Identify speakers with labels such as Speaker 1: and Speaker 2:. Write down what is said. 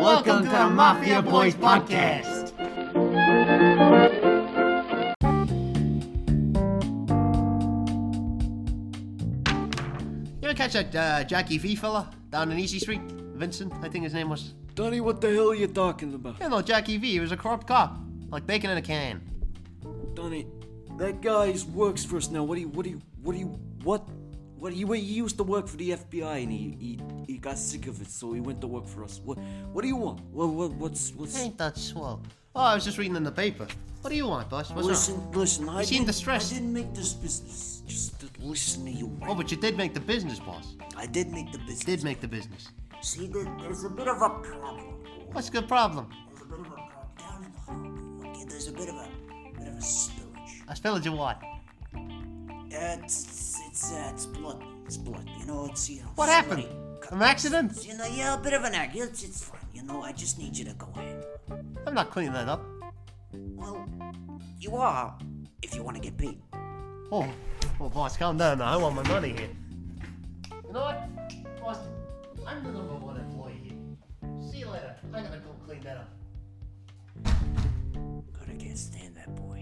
Speaker 1: the Mafia Boys podcast.
Speaker 2: You ever catch that uh, Jackie V fella down in Easy Street? Vincent, I think his name was.
Speaker 3: Donny, what the hell are you talking about?
Speaker 2: You know, Jackie V, he was a corrupt cop. Like bacon in a can.
Speaker 3: Donny, that guy works for us now. What do you, what do you, what do you, what? What he, he used to work for the FBI and he, he he got sick of it, so he went to work for us. What what do you want? What, what what's what's?
Speaker 2: Ain't that swell? Oh, I was just reading in the paper. What do you want, boss? What's
Speaker 3: listen, listen. I
Speaker 2: You seem
Speaker 3: didn't-
Speaker 2: distressed.
Speaker 3: I didn't make this business. Just to listen to you.
Speaker 2: wrong? Oh, but you did make the business, boss.
Speaker 3: I did make the business.
Speaker 2: Oh. Did make the business.
Speaker 3: See, there- there's a bit of a problem.
Speaker 2: What's the problem?
Speaker 3: There's a bit of a problem down in the hall. Okay, there's a bit of a bit of a spillage.
Speaker 2: I spilled your what?
Speaker 3: Uh, It's it's uh, it's blood. It's blood. You know, it's you know.
Speaker 2: What
Speaker 3: somebody
Speaker 2: happened?
Speaker 3: cut-
Speaker 2: An accident?
Speaker 3: You know, yeah, a bit of an act. It's, it's fine. You know, I just need you to go ahead.
Speaker 2: I'm not cleaning that up.
Speaker 3: Well, you are, if you want to get paid.
Speaker 2: Oh, well, boss, calm down now. I want my money here. You know what, boss? I'm the number one employee here. See you later. I gotta go clean that up.
Speaker 3: God, I can't stand that boy.